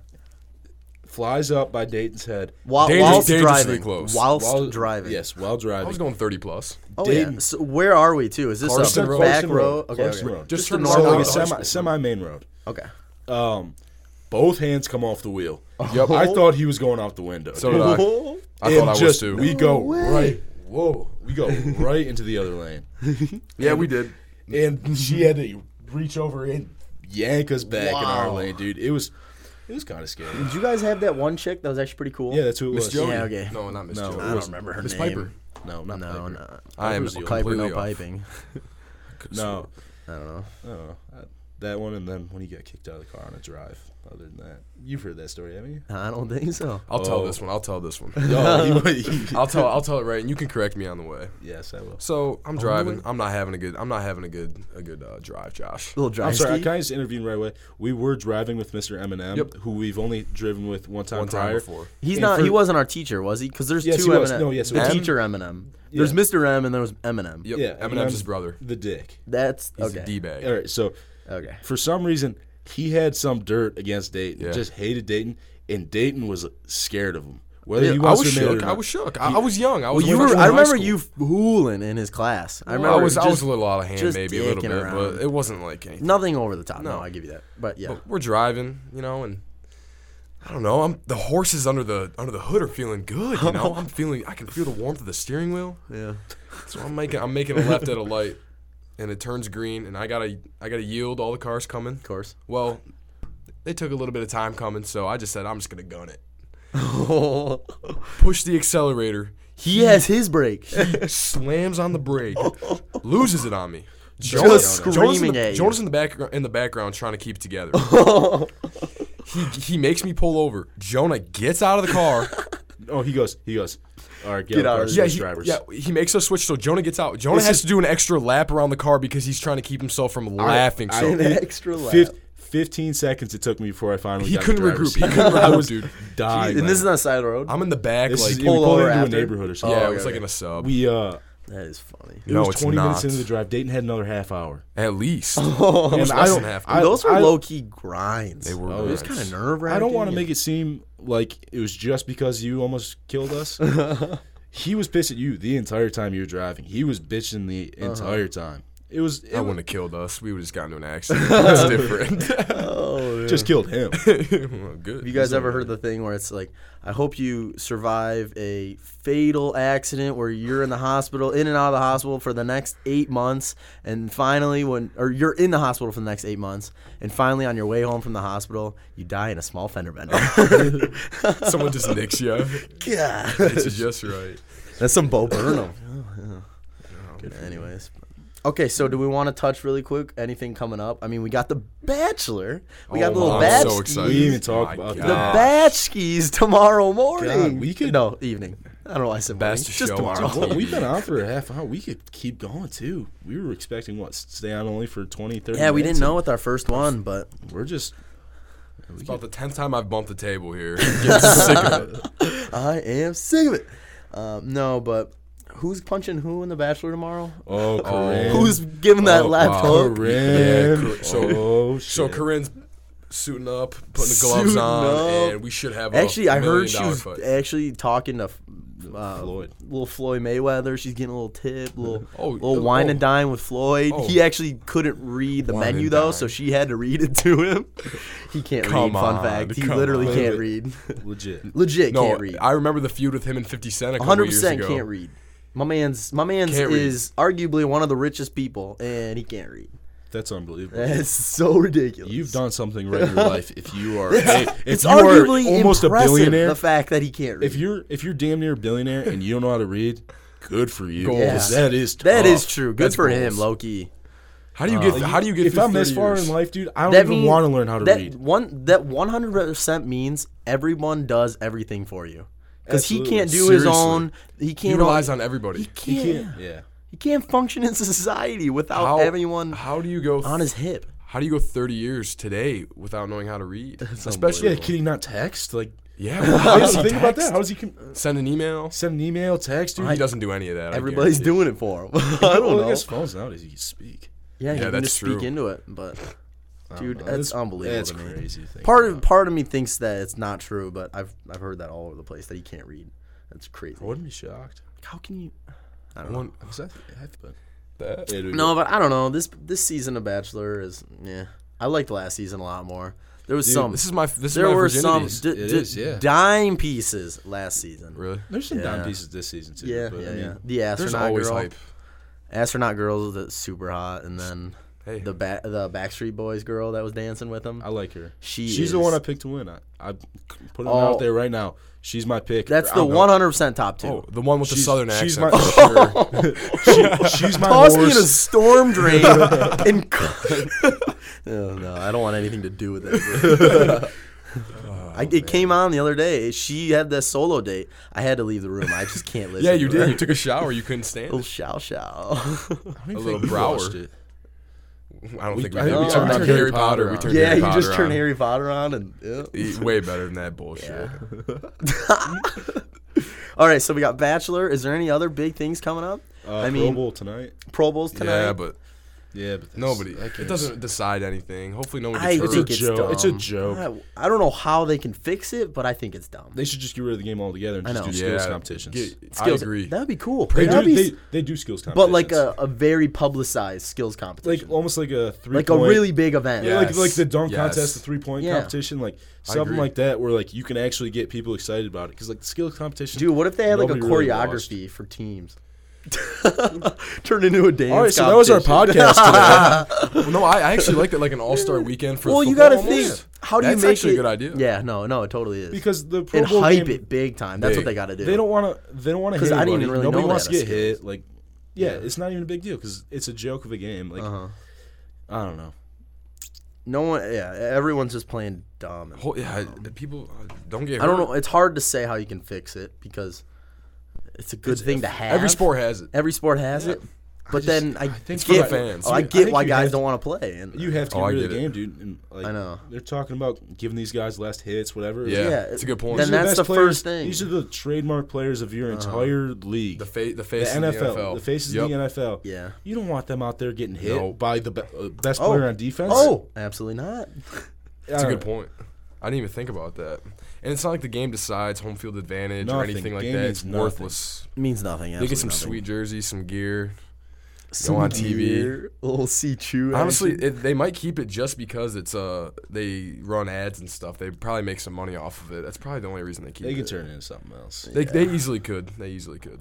flies up by Dayton's head.
While,
Dangerous-
whilst
dangerously
driving,
close.
whilst
while
driving.
Yes, while
I was
driving.
going thirty plus.
Oh yeah.
Dayton.
So where are we too? Is this
Carson
a
Road.
back
Clarkson
row? Okay.
Clarkson
okay.
Road.
Just
the
turn
So
normal
like a
road.
south.
semi semi main road.
Okay.
Um, both hands come off the wheel.
Yep.
I thought he was going off the window.
So did I. I
And
thought I was
just-
too.
We go
way.
right. Whoa, we go right into the other lane,
yeah, we did.
and she had to reach over and yank us back in our
Wow.
lane, dude. It was, it was kind of scary.
Did you guys have that one chick that was actually pretty cool?
Yeah, that's who it
Miss
was.
Jody.
Yeah, okay.
No, not Miss
No,
Jody.
it
I don't
wasn't.
remember her
Miss
name.
Piper.
No, not
No,
Piper.
no.
I am
Piper's the
Piper,
completely
no
off.
piping.
No,
I don't know.
I don't know. I- That one, and then when he got kicked out of the car on a drive. Other than that, you've heard that story, haven't you?
I don't think so.
I'll tell
Oh.
this one. I'll tell this one.
No. he-
I'll tell. I'll tell it right, and you can correct me on the way.
yes, I will.
So I'm
the
driving.
way?
I'm not having a good. I'm not having a good a good uh, drive, Josh.
little dry
I'm sorry, I
ski.
kind of just intervened right away. We were driving with Mr. Eminem,
Yep.
who we've only driven with one time
One time
prior.
before.
He's
and
not. he
for-
wasn't our teacher, was he? Because there's
Yes,
two
he was.
Eminem.
No, yes, he
the
was.
teacher Eminem. There's
Yeah.
Mr. M and there was Eminem.
Yep.
Yeah,
Eminem's his
Eminem-
brother.
The dick.
That's
He's
okay.
a d bag.
All right, so
Okay.
for some reason he had some dirt against Dayton.
Yeah.
Just hated Dayton, and Dayton was scared of him. Whether
Yeah,
he
I
wants
was
to admit it
shook.
or
I
not.
was shook. I, I was young. I
Well,
was.
you
a freshman
were. I
Oh, in high
remember
school.
you fooling in his class. I remember.
I was. I
just
was a little out of hand,
just
maybe a little
dicking
bit,
around.
but it wasn't like anything.
nothing over the top. No.
No. Oh,
I give you that. But yeah,
But we're driving, you know, and I don't know. I'm the horses under the under the hood are feeling good. You know, I'm feeling. I can feel the warmth of the steering wheel.
yeah.
So I'm making. I'm making a left at a light, and it turns green, and I gotta. I gotta yield. All the cars coming.
Of course.
Well, they took a little bit of time coming, so I just said I'm just gonna gun it. Push the accelerator.
he has his break.
slams on the brake, loses it on me.
Just
Jonas in
screaming
the,
at you.
Jonas in the background in the background trying to keep it together. he he makes me pull over. Jonah gets out of the car.
Oh, he goes. He goes. All right, get,
Get out
out of
of here.
the
yeah,
car, switch
he,
drivers.
yeah, he makes us switch. So Jonah gets out. Jonah has to do an extra lap around the car because he's trying to keep himself from laughing.
I-
so
An extra lap.
Fif- Fifteen seconds it took me before I finally.
he
got
couldn't
the driver's
regroup. He
seat.
couldn't
I
regroup,
was
dude.
dying.
and
man.
this is on a side road.
I'm in the back,
This
like
is-
yeah,
we
pull
pulled
over
into a
after?
neighborhood or
Oh,
something.
okay,
it was like
okay.
in a sub.
We uh,
that is funny.
it
No,
was
it's
twenty
not.
minutes into the drive. Dayton had another half hour.
at least
And
was
I
less
don't-
than half.
I-
Those were
I-
low key grinds.
they were.
Oh,
It
yeah.
was kind of nerve wracking.
I don't want to make it seem like it was just because you almost killed us. he was pissed at you the entire time you were driving. He was bitching the entire time. It was it was-
That wouldn't have killed us. We would have just gotten into an accident. That's different.
Oh,
just killed him.
Well, good.
Have you guys ever heard the thing where it's like, I hope you survive a fatal accident where you're in the hospital, in and out of the hospital for the next eight months, and finally when, or you're in the hospital for the next eight months, and finally on your way home from the hospital, you die in a small fender bender.
Someone just nicks you.
God,
It's just right.
that's some Bo Burnham. Anyways. Okay, so do we want to touch really quick anything coming up? I mean, we got the Bachelor, we got
Oh
the little
my- I'm
Babskis.
so excited. Ah.
We didn't even
My
talk about
God.
The
that.
Gosh.
batch skis tomorrow morning.
God, we could-
no evening. I don't know why I said morning.
Best
Just
show
tomorrow.
on
Well,
TV.
we've been on for a half hour. We could keep going too. We were expecting what stay on only for 20, 30
Yeah, we didn't
minutes,
know with our first one, but
and We're just
It's about the tenth time I've bumped the table here. Getting sick of it.
I am sick of it. Um, no, but who's punching who in the Bachelor tomorrow?
oh, Corinne.
Who's giving that
Oh,
left
wow.
hook?
Corinne?
Yeah, Cor- so-
oh,
So
shit.
Corinne's suiting up, putting the gloves
Suiting
on,
up.
and we should have. a
Actually, I heard
Oh, million
she
dollar
was
fight.
actually talking to uh,
Floyd.
little Floyd Mayweather. She's getting a little tip, little
Oh,
little
oh,
wine
oh.
and dine with Floyd.
Oh.
He actually couldn't read the
Wine and
menu though,
dine.
so she had to read it to him. he can't
Come
read. Fun
on,
fact: he
come
literally
on.
can't read.
legit.
Legit
No,
can't read.
I remember the feud with him and Fifty Cent a couple
hundred
years
percent
ago.
can't read. My man's my man's
Can't read.
is arguably one of the richest people, and he can't read.
That's unbelievable.
That's so ridiculous.
You've done something right in your life. If you are, if
it's
you are
arguably
almost a
impressive,
billionaire,
The fact that he can't read.
if you're if you're damn near a billionaire and you don't know how to read, good for you.
Goals.
'Cause That is tough.
that is true. Good
That's
for
goals.
him, Loki.
How do you
Uh,
get? how do you get?
If
through
I'm this
30
far
years?
in life, dude, I don't
That
even
means-
want to learn how to
that
read.
one that one hundred percent means everyone does everything for you because he
Absolutely.
can't do his
Seriously.
own. He
he
can't.
relies
own-
on everybody.
he can't. He can't,
Yeah.
function in society without
how,
everyone
How do you go?
on his hip.
how do you go thirty years today without knowing how to read?
Yeah,
Especially,
can he not text? Like,
yeah.
how
how does he
think about
text?
that? How does he com-
Send an email.
send an email, text, dude?
He doesn't do any of that. I
Everybody's
guarantee.
doing it for him. I don't
well, I
know.
guess phones nowadays you can speak.
Yeah, you
Yeah,
can
that's
just speak
true.
into it, but dude,
Uh,
that's unbelievable.
That's
to me.
crazy. to think
Part
about.
of part of me thinks that it's not true, but I've I've heard that all over the place that he can't read. That's crazy.
I wouldn't be shocked.
How can you? I don't know.
One-
'Cause I think- I think- but-
that-
Yeah, dude,
No, but I don't know. This this season of Bachelor is yeah. I liked last season a lot more. There was some.
This is my. This
there
is my
were some
virginity.
d-
It
d-
is, yeah.
dime pieces last season.
Really?
There's some
Yeah.
down pieces this season too.
Yeah,
but,
yeah,
I mean,
yeah. The
There's
astronaut
always
girl,
hype.
astronaut girl that's super hot, and then
Hey.
the ba- the Backstreet Boys girl that was dancing with him.
I like her.
She
She's
is-
the one I picked to win. I, I put it
Oh.
out there right now. She's my pick.
That's
I
the
don't know.
one hundred percent top two.
Oh, the one with the
She's-
southern accent.
she's
for sure.
my, she, she's my
Toss me in a
horse.
storm drain and. oh, no, I don't want anything to do with that. I,
Oh,
it came on the other day. She had that solo date. I had to leave the room. I just can't listen.
yeah, you
to
did.
her.
You took a shower. You couldn't stand
Little
it.
shao shao.
I don't even
a
think
little
we
Brower.
watched it.
I don't
We-
think we,
I
did.
think
we
we
turned
turned
on
on
Harry
Harry
Potter.
Potter
We
on
turned
it.
yeah,
Harry
you
Potter
just turn
on.
Harry Potter on and. yeah.
E- Way better than that bullshit.
All right, so we got Bachelor. Is there any other big things coming up?
Uh,
I
I
mean-
Pro Bowl tonight.
Pro Bowls tonight.
Yeah, but
Yeah, but that's,
nobody.
that
It
can't-
doesn't decide anything. Hopefully, no one
I
gets hurt.
It's a
think it's
joke.
dumb.
It's a joke.
I, I don't know how they can fix it, but I think it's dumb.
They should just get rid of the game altogether and
I
just
know.
do skills
Yeah,
competitions.
get-
Skills-
I agree.
That would be cool.
they,
That'd
do,
be
they,
s-
they do skills competitions.
but like a, a very publicized skills competition,
like almost like a three
like, a
point-
really big event.
Yeah, like
Yes.
like the dunk
Yes.
contest, the three point
Yeah.
competition, like something
agree.
like that, where like you can actually get people excited about it. Because like the skill competition,
Dude, what if they had like a
Nobody really
choreography for teams? Turn into a dance.
All right, so that was our
competition.
podcast. today.
Well, no, I I actually like that, like an all-star weekend for.
well, you
football
got to
almost.
think. How do
That's
you make
actually
it?
a good idea.
Yeah, no, no, it totally is.
because the Pro
and
Bowl
hype
game,
it big time. That's what
Big.
they got to do.
They don't want to. They don't want to.
'Cause
Because
I didn't even really
Nobody
know
wants
that
to get
as
hit. Like, yeah, it's not even a big deal because it's a joke of a game. Like,
Uh-huh.
I don't know.
No one. Yeah, everyone's just playing dumb. and-
Ho- yeah, I- people uh, don't get.
I don't
hurt.
know. It's hard to say how you can fix it because it's a good thing to have.
Every sport has it.
every sport has it. But
just-
then I,
think for
get
the
fans.
Oh, I
I
get
think
why
you
guys
have
don't want to play. And
You have to
Oh,
get
I
rid of
get
the
it.
game, dude. And, like,
I know.
They're talking about giving these guys last hits, whatever.
Yeah,
These
Yeah,
it's a good point.
then
are
that- that's
best
the
players-
first thing. Uh-huh.
These are the trademark players of your entire league.
the fa- the
the
face of
NFL,
the NFL,
the faces
Yep.
of the NFL.
Yeah.
you don't want them out there getting hit
No.
by the be- uh, best
Oh.
player on defense.
oh, absolutely not.
That's a good point. I didn't even think about that. And it's not like the game decides home field advantage or
Nothing.
anything like
Game
that.
means
It's
nothing.
worthless.
means nothing.
They get
absolutely
some
nothing.
sweet jerseys, some gear.
Some
on TV.
gear, little see chew.
Honestly,
action.
it, they might keep it just because it's uh they run ads and stuff. They probably make some money off of it. That's probably the only reason they keep
They
it.
can turn it into something else.
They, they easily could. They easily could.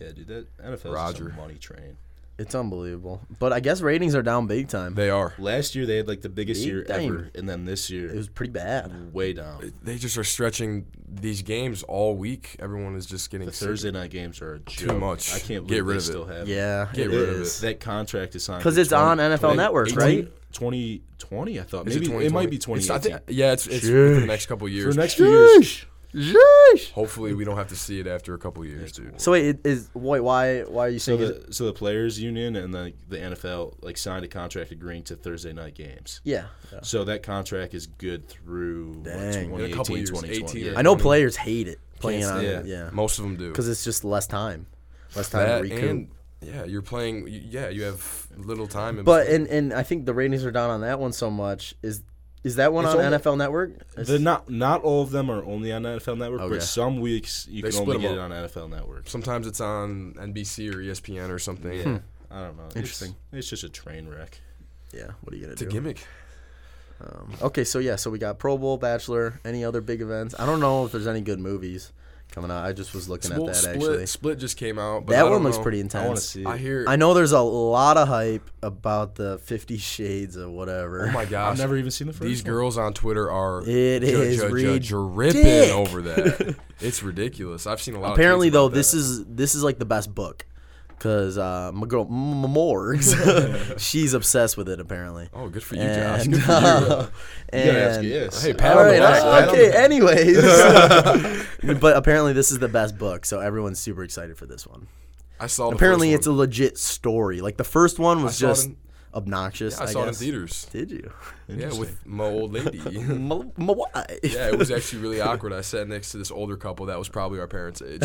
Yeah, dude, that NFL
Roger.
a money train.
it's unbelievable. But I guess ratings are down big time.
They are.
Last year they had like the biggest
Big
year
time.
ever, and then this
It
year
was pretty bad.
way down.
They just are stretching these games all week. Everyone is just getting
The
sick.
Thursday night games are a joke.
much.
I can't believe
Get rid
they
of it.
still have. it.
Yeah,
Get
it
rid of
is.
That contract is signed
'Cause
for
it's on
20
NFL Network,
18
right?
2020, I thought.
Is
Maybe it,
2020?
might be 2018.
It's- I think- yeah, it's, it's for the next couple
for
years.
the next few years,
Sheesh.
Hopefully, we don't have to see it after a couple years, dude.
So wait, it is wait why why are you
so
saying? it-
the so the players union and the the NFL like signed a contract agreeing to Thursday night games.
yeah.
So that contract is good through what,
Dang. In a
2018,
couple years,
2020.
18 or-
Yeah.
I know players hate it playing on
stand
it.
it.
Yeah,
Most of them do.
because it's just less time, less time
that
to recoup.
and yeah, you're playing. you- Yeah, you have little time. in
But
between.
and and I think the ratings are down on that one so much. Is is that one
It's
on
only-
NFL Network? It's-
They're not not all of them are only on NFL Network,
Okay.
but some weeks you
Oh, They
can
split
only
'em
get it
up.
on NFL Network.
sometimes it's on NBC or E ESPN or something.
Hmm.
Yeah, I don't know. It's-
Interesting.
It's, just a train wreck.
yeah. What are you gonna
It's a
do?
gimmick.
Um, okay, so yeah, so we got Pro Bowl, Bachelor, any other big events? I don't know if there's any good movies coming out. I just was looking
Well,
at that
split,
actually.
split just came out. But I
That
don't
one looks
know.
pretty
I want to
intense.
see.
I
it.
hear.
I know there's a lot of hype about the Fifty Shades of whatever.
oh my
I've
gosh,
never even seen the first.
these
one.
girls on Twitter are
It
ju-
is
ju- ju-
ridic-
dripping over that. it's ridiculous. I've seen a lot. of
Apparently
tweets
though,
about
this
that.
is this is like the best book, cause uh, my girl M- M- Morgs, she's obsessed with it apparently.
Oh, good for you, Josh.
And,
Good for you.
uh,
You gotta ask
and-
yes.
Hey,
All
pat on the
right,
back.
uh,
pat on the
okay. Anyways, but apparently this is the best book, so everyone's super excited for this one.
I saw. the
apparently,
first
it's a legit story. Like the first one was
saw it
just
in-
obnoxious.
one. I, saw it in
guess.
theaters.
Did you?
Yeah, with my old lady.
my, my wife.
Yeah, it was actually really awkward. I sat next to this older couple that was probably our parents' age.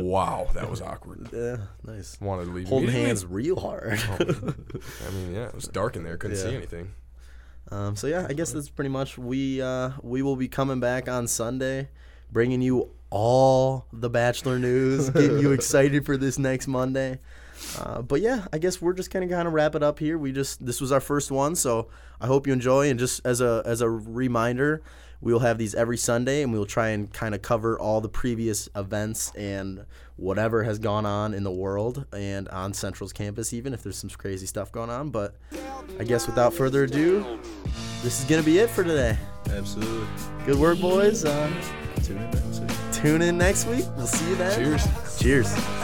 wow, that was awkward.
Yeah, nice.
Wanted to leave.
Holding
immediately. Oh,
hands real hard.
I mean, yeah, it was dark in there. Couldn't see
Yeah.
anything.
Um, so yeah, I guess that's pretty much we uh, we will be coming back on Sunday, bringing you all the Bachelor news, getting you excited for this next Monday. Uh, but yeah, I guess we're just gonna kind of wrap it up here. We just this was our first one, so I hope you enjoy. And just as a as a reminder, We will have these every Sunday, and we will try and kind of cover all the previous events and whatever has gone on in the world and on Central's campus, even if there's some crazy stuff going on. But I guess without further ado, this is going to be it for today.
Absolutely.
Good work, boys. Uh,
Tune in next week.
tune in next week. We'll see you then.
Cheers.
Cheers.